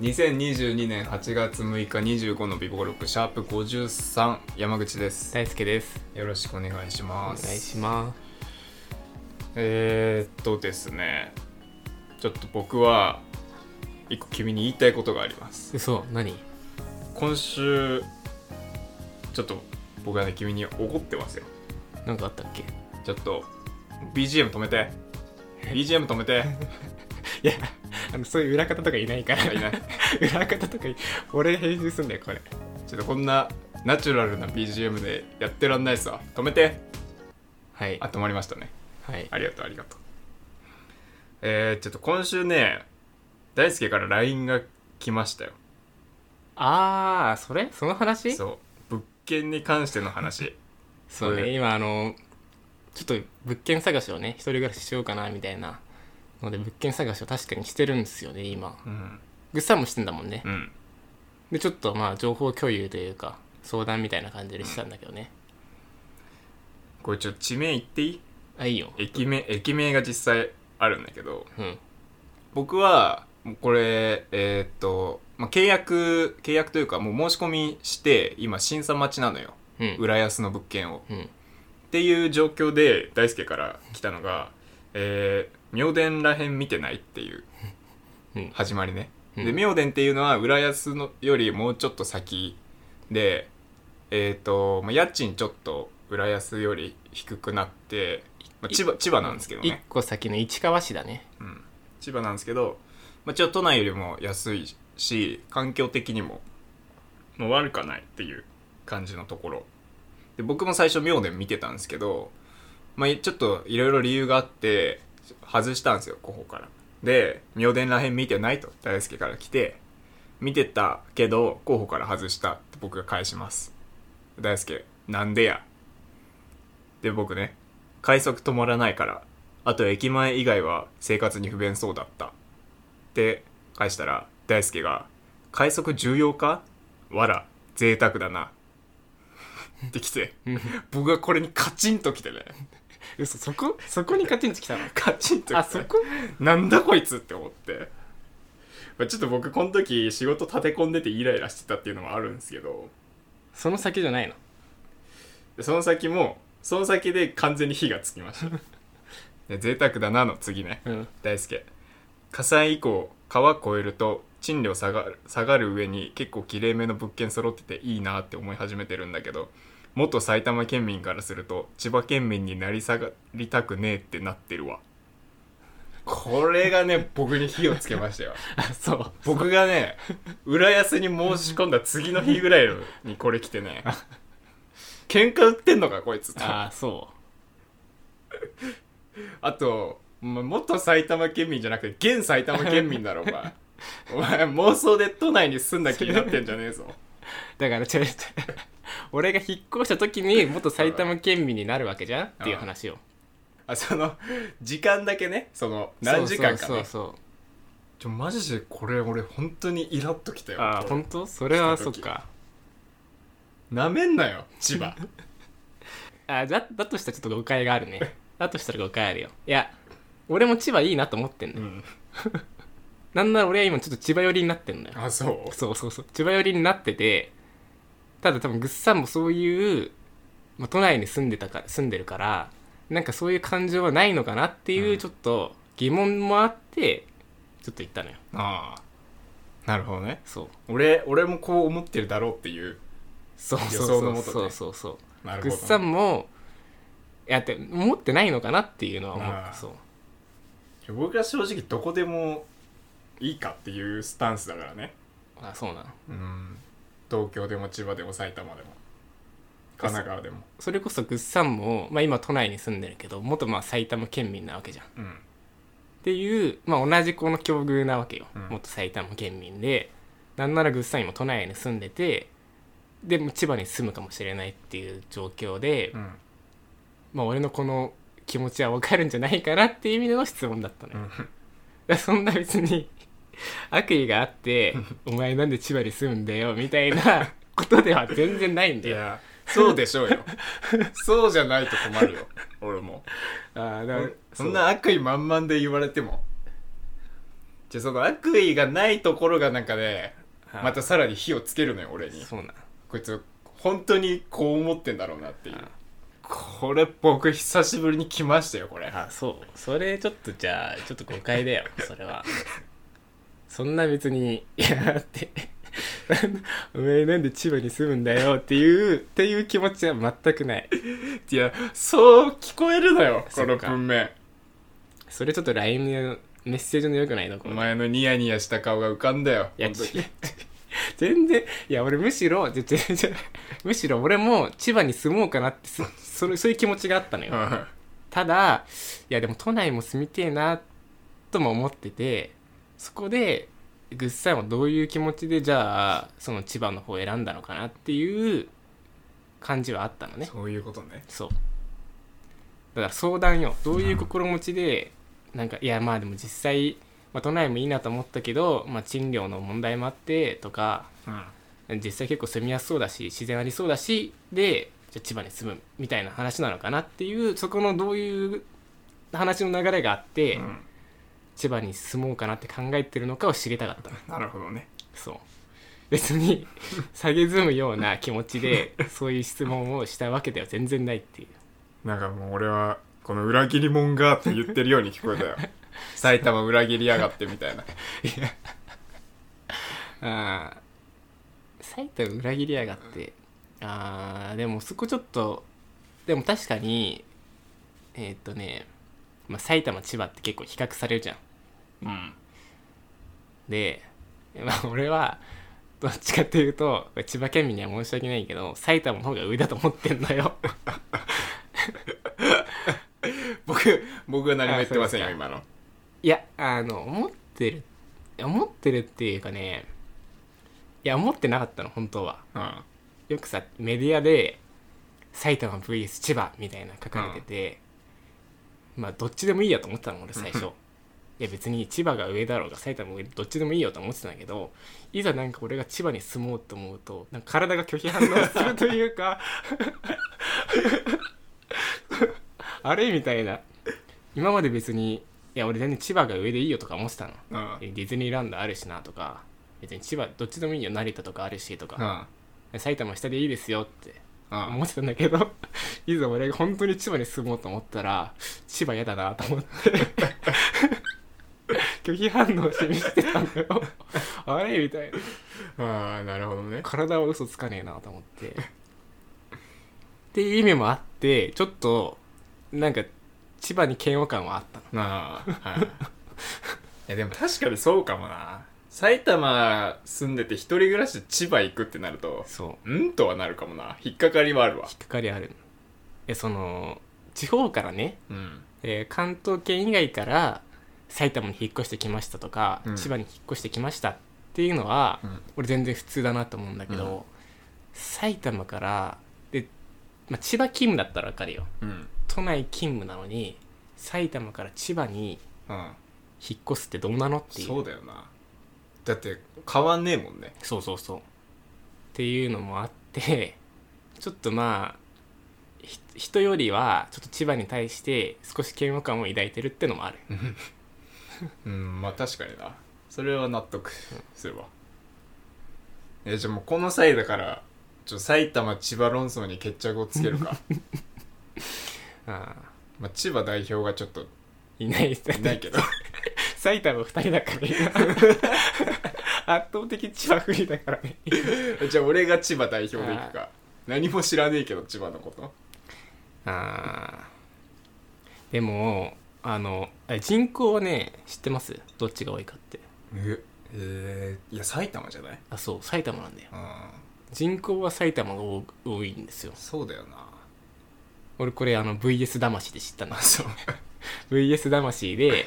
2022年8月6日25のビボロックシャープ53山口です大輔ですよろしくお願いしお願まいすしまえー、っとですねちょっと僕は一個君に言いたいことがありますす嘘何今週ちょっと僕はね君に怒ってますよなんかあったっけちょっと BGM 止め て BGM 止めていやあのそういう裏方とかいない からいない裏方とか俺編集すんだよこれちょっとこんなナチュラルな BGM でやってらんないっすわ止めてはいあ止まりましたねはいありがとうありがとうえー、ちょっと今週ね大輔から LINE が来ましたよああそれその話そうそう物件に関しての話それね今あのちょっと物件探しをね一人暮らししようかなみたいなので物件探しを確かにしてるんですよね今うんぐっさんもしてんだもんねうんでちょっとまあ情報共有というか相談みたいな感じでしたんだけどねこれちょっと地名言っていいあいいよ駅名駅名が実際あるんだけどうん僕はもうこれえーっと、まあ、契約契約というかもう申し込みして今審査待ちなのようん浦安の物件をうんっていう状況で大輔から来たのが「えー、明殿らへん見てない」っていううん始まりね、うんで明殿っていうのは浦安のよりもうちょっと先でえっ、と、まあ、家賃ちょっと浦安より低くなって、まあ、千葉千葉なんですけど一ね、個先の市川市だねうん、千葉なんですけど、まあ、ちょっと都内よりも安いし環境的にももう悪くはないっていう感じのところで僕も最初明殿見てたんですけど、まあ、ちょっといろいろ理由があって外したんですよここからで明殿らへん見てないと大輔から来て見てたけど候補から外したって僕が返します大輔なんでやで僕ね快速止まらないからあと駅前以外は生活に不便そうだったって返したら大輔が「快速重要かわら贅沢だな」ってきてうん僕がこれにカチンときてね嘘そこそこにカチンときたのカチンときてあそこなんだこいつって思ってまあちょっと僕この時仕事立て込んでてイライラしてたっていうのもあるんですけどその先じゃないのでその先もその先で完全に火がつきましたで贅沢だなの次ねうん大輔火災以降川越えると賃料下がる下がる上に結構きれいめの物件揃ってていいなって思い始めてるんだけど元埼玉県民からすると千葉県民になり下がりたくねえってなってるわこれが ね僕に火をつけましたよあそう僕がね浦安に申し込んだ次の日ぐらいにこれ来て ね喧嘩売ってんのかこいつとあそあと、ま、元埼玉県民じゃなくて現埼玉県民だろお 前お前妄想で都内に住んだ気になってんじゃねえぞうだから違う違う俺が引っ越した時に元埼玉県民になるわけじゃんっていう話をあその時間だけねその何時間かねそうそうそうちょマジでこれ俺本当にイラっときたそうあよ本当それは来たそっ時かなめんなよ千 葉あだだとしたらちょっと誤解があるね だとしたら誤解あるよいや俺も千葉いいなと思ってんの、うんなんなら俺は今ちょっと千葉寄りになってんのよあそうそうそうそう千葉寄りになっててただ多分ぐっさんもそういう、まあ、都内に住んでたか住んでるからなんかそういう感情はないのかなっていううんちょっと疑問もあってちょっと言ったのよああなるほどねそう俺俺もこう思ってるだろうっていうそう予そう想のそもうとねそうそうそうなぐっさんもいやって思ってないのかなっていうのは思あっあたそう僕は正直どこでもいいかっていうスタンスだからねあそうなのうん東京でも千葉でも埼玉でも神奈川でもそれこそぐっさんも、まあ、今都内に住んでるけど元まあ埼玉県民なわけじゃんうんっていう、まあ、同じこの境遇なわけよ、うん元埼玉県民でなんならぐっさん今都内に住んでてでも千葉に住むかもしれないっていう状況で、うんまあ、俺のこの気持ちは分かるんじゃないかなっていう意味での質問だったのよ、だから そんな別に悪意があって「お前なんで千葉に住むんだよ」みたいなことでは全然ないんいだよやそうでしょう よそうじゃないと困るよ俺もあーだからそんな悪意満々で言われてもじゃあその悪意がないところがなんかねはいまたさらに火をつけるのよ俺にそうなんこいつ本当にこう思ってんだろうなっていうはいこれ僕久しぶりに来ましたよこれあそうそれちょっとじゃあちょっと誤解だよそれはそんな別にいやだって お前なんで千葉に住むんだよっていうっていう気持ちは全くないいやそう聞こえるのよこそっのか文面それちょっと LINE のメッセージの良くないのこおれ前のニヤニヤした顔が浮かんだよいや違本当にう全然いや俺むしろじゃじゃじゃむしろ俺も千葉に住もうかなってそそれそういう気持ちがあったのよ、うんただいやでも都内も住みてえなとも思っててそこでぐっさんはどういう気持ちでじゃあその千葉の方を選んだのかなっていう感じはあったのねそういうことねそうだから相談よどういう心持ちでなんかいやまあでも実際、まあ、都内もいいなと思ったけど、まあ、賃料の問題もあってとかうん実際結構住みやすそうだし自然ありそうだしでじゃあ千葉に住むみたいな話なのかなっていうそこのどういう話の流れがあって、うん 千葉に住もうかなって考えてるのかを知りたかったなのるほどねそう 別に下げずむような気持ちでそういう質問をしたわけでは全然ないっていうなんかもう俺はこの裏切り者がって言ってるように聞こ えたよ埼玉裏切りやがってみたいなああ埼玉裏切りやがってああでもそこちょっとでも確かにえーっとね、まあ、埼玉千葉って結構比較されるじゃんうんで、まあ、俺はどっちかっていうと千葉県民には申し訳ないけど埼玉の方が上だと思ってんのよ 僕僕は何も言ってませんあよそうで今のいやあの思ってる思ってるっていうかねいや思ってなかったの本当はうんよくさメディアで埼玉 VS 千葉みたいな書かれてて、まあどっちでもいいやと思ってたの俺最初いや別に千葉が上だろうが埼玉が上どっちでもいいよと思ってたんだけどいざなんか俺が千葉に住もうと思うとなんか体が拒否反応するというか あれみたいな今まで別にいや俺全然千葉が上でいいよとか思ってたのうんディズニーランドあるしなとか別に千葉どっちでもいいよ成田とかあるしとか、うん埼玉下でいいですよってうん思ってたんだけど いざ俺が本当に千葉に住もうと思ったら千葉嫌だなと思って 拒否反応を示してたんだよ あれみたいなああなるほど ね体は嘘つかねえなと思ってっていう意味もあってちょっとなんか千葉に嫌悪感はあったのああはいいやでも確かにそうかもな埼玉住んでて一人暮らしで千葉行くってなるとそううんとはなるかもな引っかかりはあるわ引っかかりあるのえその地方からねうんえー関東圏以外から埼玉に引っ越してきましたとか、うん千葉に引っ越してきましたっていうのは、うん俺全然普通だなと思うんだけど、う埼玉からで、まあ、千葉勤務だったら分かるようん都内勤務なのに埼玉から千葉にうん引っ越すってどうなのっていうそうだよなだって変わんねえもんねそうそうそうっていうのもあって ちょっとまあひ人よりはちょっと千葉に対して少し嫌悪感を抱いてるってのもあるうんまあ確かになそれは納得するわえじゃあもうこの際だからちょ埼玉千葉論争に決着をつけるか ああまあ千葉代表がちょっといないいないけど 埼玉2人だから 今圧倒的千葉不利だからねじゃあ俺が千葉代表でいくか何も知らねえけど千葉のことあーでもあのあ人口はね知ってますどっちが多いかってええーいや埼玉じゃないあそう埼玉なんだようん人口は埼玉が多多いんですよそうだよな俺これあの VS 魂で知ったのあ そう VS 魂で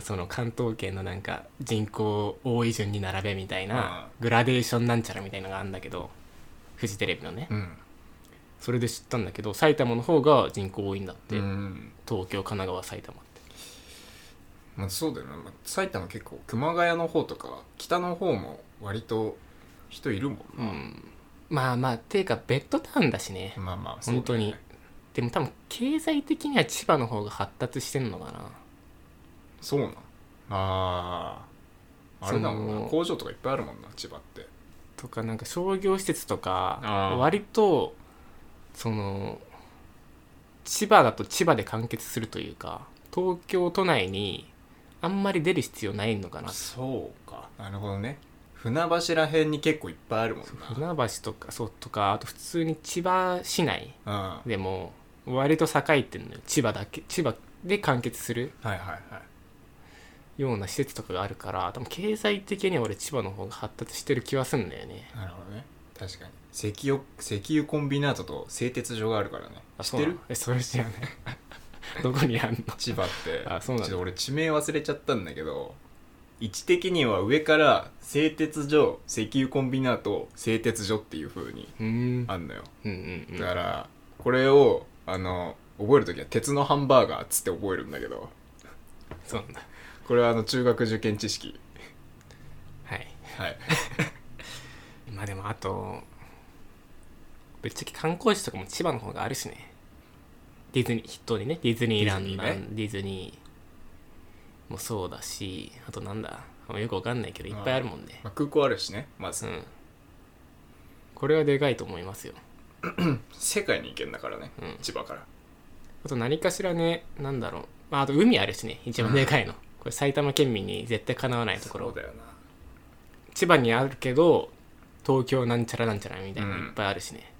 その関東圏のなんか人口多い順に並べみたいなグラデーションなんちゃらみたいのがあるんだけどフジテレビのねうんそれで知ったんだけど埼玉の方が人口多いんだって、うん東京神奈川埼玉ってまあそうだよな、まあ、埼玉結構熊谷の方とか北の方も割と人いるもんな、んまあまあていうかベッドタウンだしね、まあまあそうだ本よ当にねでも多分経済的には千葉の方が発達してんのかなそうなんあああれだもそんなの工場とかいっぱいあるもんな千葉ってとかなんか商業施設とあかー割とその千葉だと千葉で完結するというか東京都内にあんまり出る必要ないのかなそうかなるほどね船橋らへんに結構いっぱいあるもん船橋とかそうとかあと普通に千葉市内なうんでも割と栄えてるのよ千葉だけ千葉で完結するはいはいはいような施設とかがあるから多分経済的には俺千葉の方が発達してる気はすんだよねなるほどね確かに石油石油コンビナートと製鉄所があるからねあ知そってうなのるえそれ知らない どこにあんの千葉ってあそうなんだちょっと俺地名忘れちゃったんだけど位置的には上から製鉄所石油コンビナート製鉄所 っていう風にうーんあんのようんうんうんだからこれをあの覚える時は鉄のハンバーガーっつって覚えるんだけどそうなんだこれはあの中学受験知識はいはいまあでもあとぶっちゃけ観光地とかも千葉の方があるしねディズニー筆頭にねディズニーラディンドズニーねディズニーもそうだしあとなんだあよくわかんないけどいっぱいあるもんねまあ、空港あるしねまず、うんこれはでかいと思いますよ世界に行けんだからね、うん千葉からあと何かしらねなんだろう、まあ、あと海あるしね一番でかいのこれ埼玉県民に絶対かなわないとこそうろだよな千葉にあるけど東京なんちゃらなんちゃらみたいなのうんいっぱいあるしね、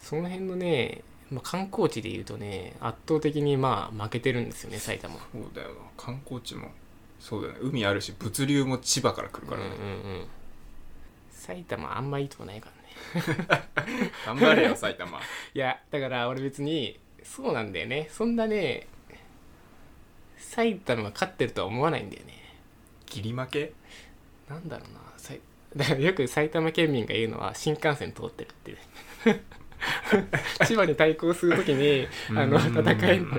その辺のね、まあ、観光地でいうとね圧倒的にまあ負けてるんですよね埼玉そうだよな観光地もそうだよね海あるし物流も千葉から来るうんかうらんうね、ん埼玉あんまいいとこないからね頑張れよ埼玉 いやだから俺別にそうなんだよねそんなね埼玉が勝ってるとは思わないんだよね切り負けなんだろうなさい だからよく埼玉県民が言うのは新幹線通ってるっていう 千葉に対抗するときにあのうん戦いのが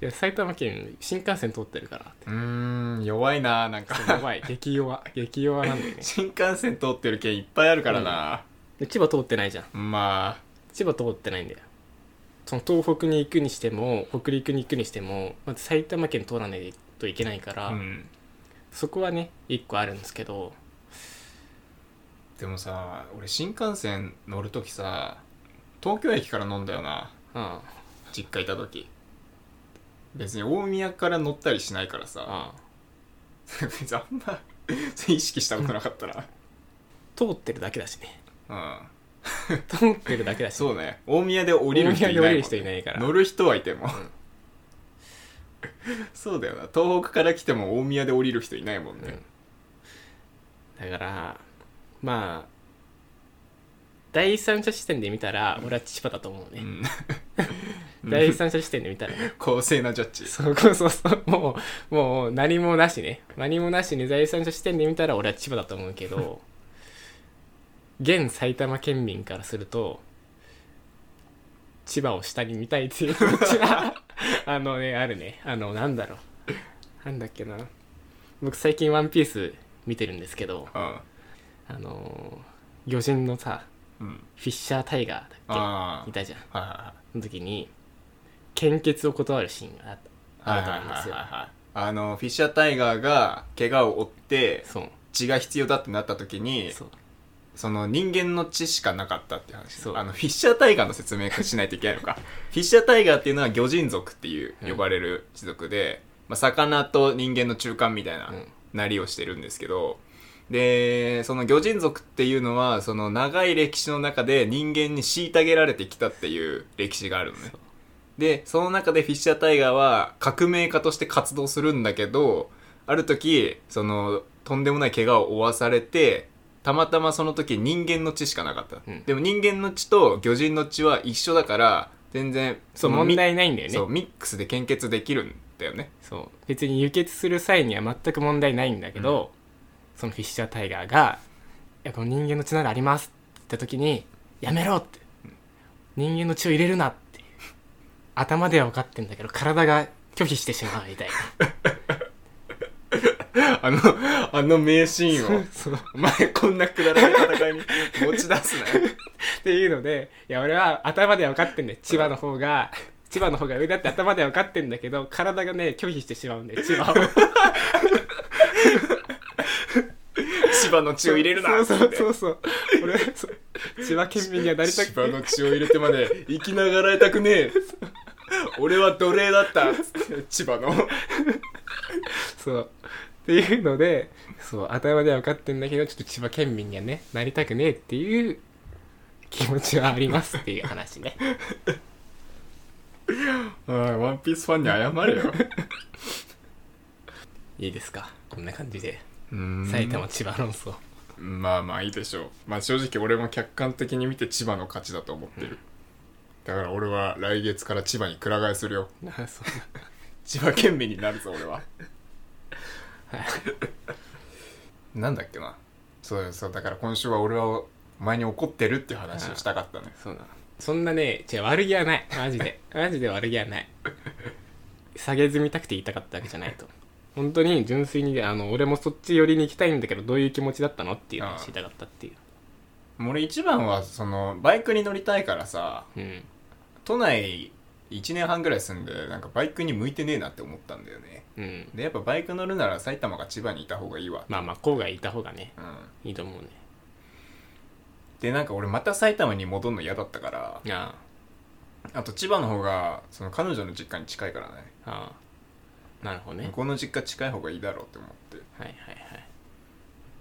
いや埼玉県新幹線通ってるからっうーん弱いななん てかやばい激弱激弱なんだよね新幹線通ってる県いっぱいあるからな、で千葉通ってないじゃんま千葉通ってないんだよその東北に行くにしても北陸に行くにしてもまず埼玉県通らないといけないから、あ、うん、そこはね一個あるんですけどでもさ俺新幹線乗るときさ東京駅から飲んだよなうんうん実家いた時別に大宮から乗ったりしないからさ 別にあんまそれ意識したことなかった な通ってるだけだしね うん通ってるだけだしそうね大宮で降りる人いないもん大宮で降りる人いないから乗る人はいても、ん そうだよな東北から来ても大宮で降りる人いないもんね、だからまあ第三者視点で見たら俺は千葉だと思ううね、ん第三者視点で見たらね 公正なジャッジそうそうそうそうもうもう何もなしね何もなしに第三者視点で見たら俺は千葉だと思うけど現埼玉県民からすると千葉を下に見たいっていう気持ちは あのねあるねあのなんだろうなんだっけな僕最近「ワンピース見てるんですけど、うん、あのー、魚人のさうん、フィッシャータイガーだっけあいたじゃんあはその時に献血を断るシーンがあったいはいあはいはいると思うんですよはいはいあのフィッシャータイガーが怪我を負ってそう血が必要だってなった時にそうその人間の血しかなかったっていう話そうあのフィッシャータイガーの説明しないといけないの かフィッシャータイガーっていうのは魚人族っていううん呼ばれる種族で、まあ、魚と人間の中間みたいなうんなりをしてるんですけどでその魚人族っていうのはその長い歴史の中で人間に虐げられてきたっていう歴史があるのねそうでその中でフィッシャータイガーは革命家として活動するんだけどある時そのとんでもない怪我を負わされてたまたまその時人間の血しかなかった、うんでも人間の血と魚人の血は一緒だから全然そうの問題ないんだミよねそそううミックスで献血できるんだよね 別に輸血する際には全く問題ないんだけど、そのフィッシャータイガーが「いやこの人間の血ならあります」って時に「やめろ」って、人間の血を入れるな」っていう頭では分かってんだけど体が拒否してしまうみたいあのあの名シーンをな そうお前こんなくだらない戦いに持ち出すな よっていうのでいや俺は頭では分かってんだよ千葉の方が千葉の方が上だって頭では分かってんだけど体がね拒否してしまうんだよ千葉を葉の血を入れるなそうそうそううそう俺そう千葉県民にはなりた千葉くの血を入れてまで生きながらえたくねえ俺は奴隷だったつって千葉のそうっていうのでそう頭では分かってんだけどちょっと千葉県民にはねなりたくねえっていう気持ちはありますっていう話 ねうんワンピースファンに謝れよいいですかこんな感じでうん埼玉千葉論 争まあまあいいでしょうまあ正直俺も客観的に見て千葉の勝ちだと思ってる、だから俺は来月から千葉にくら替えするよなあそう千葉県民になるぞ俺ははいなんだっけなそうそうだから今週は俺はお前に怒ってるっていう話をしたかったねそうなそんなね違う悪気はないマジでマジで悪気はない下げずみたくて言いたかったわけじゃないと本当に純粋にねあの俺もそっち寄りに行きたいんだけどどういう気持ちだったのっていうのを知りたかったっていう俺一番はそのバイクに乗りたいからさうん都内1年半ぐらい住んでなんかバイクに向いてねえなって思ったんだよねうんでやっぱバイク乗るなら埼玉か千葉にいた方がいいわまあまあ郊外いた方がねうんいいと思うねでなんか俺また埼玉に戻るの嫌だったからああと千葉の方がその彼女の実家に近いからねあああなるほどね向こうの実家近い方がいいだろうって思ってはいはいはい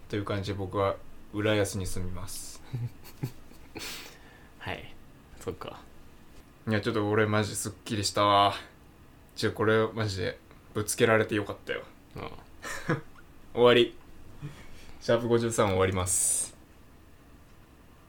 という感じで僕は浦安に住みますはいそっかいやちょっと俺マジすっきりしたわちょこれマジでぶつけられてよかったようん終わりシャープ53終わります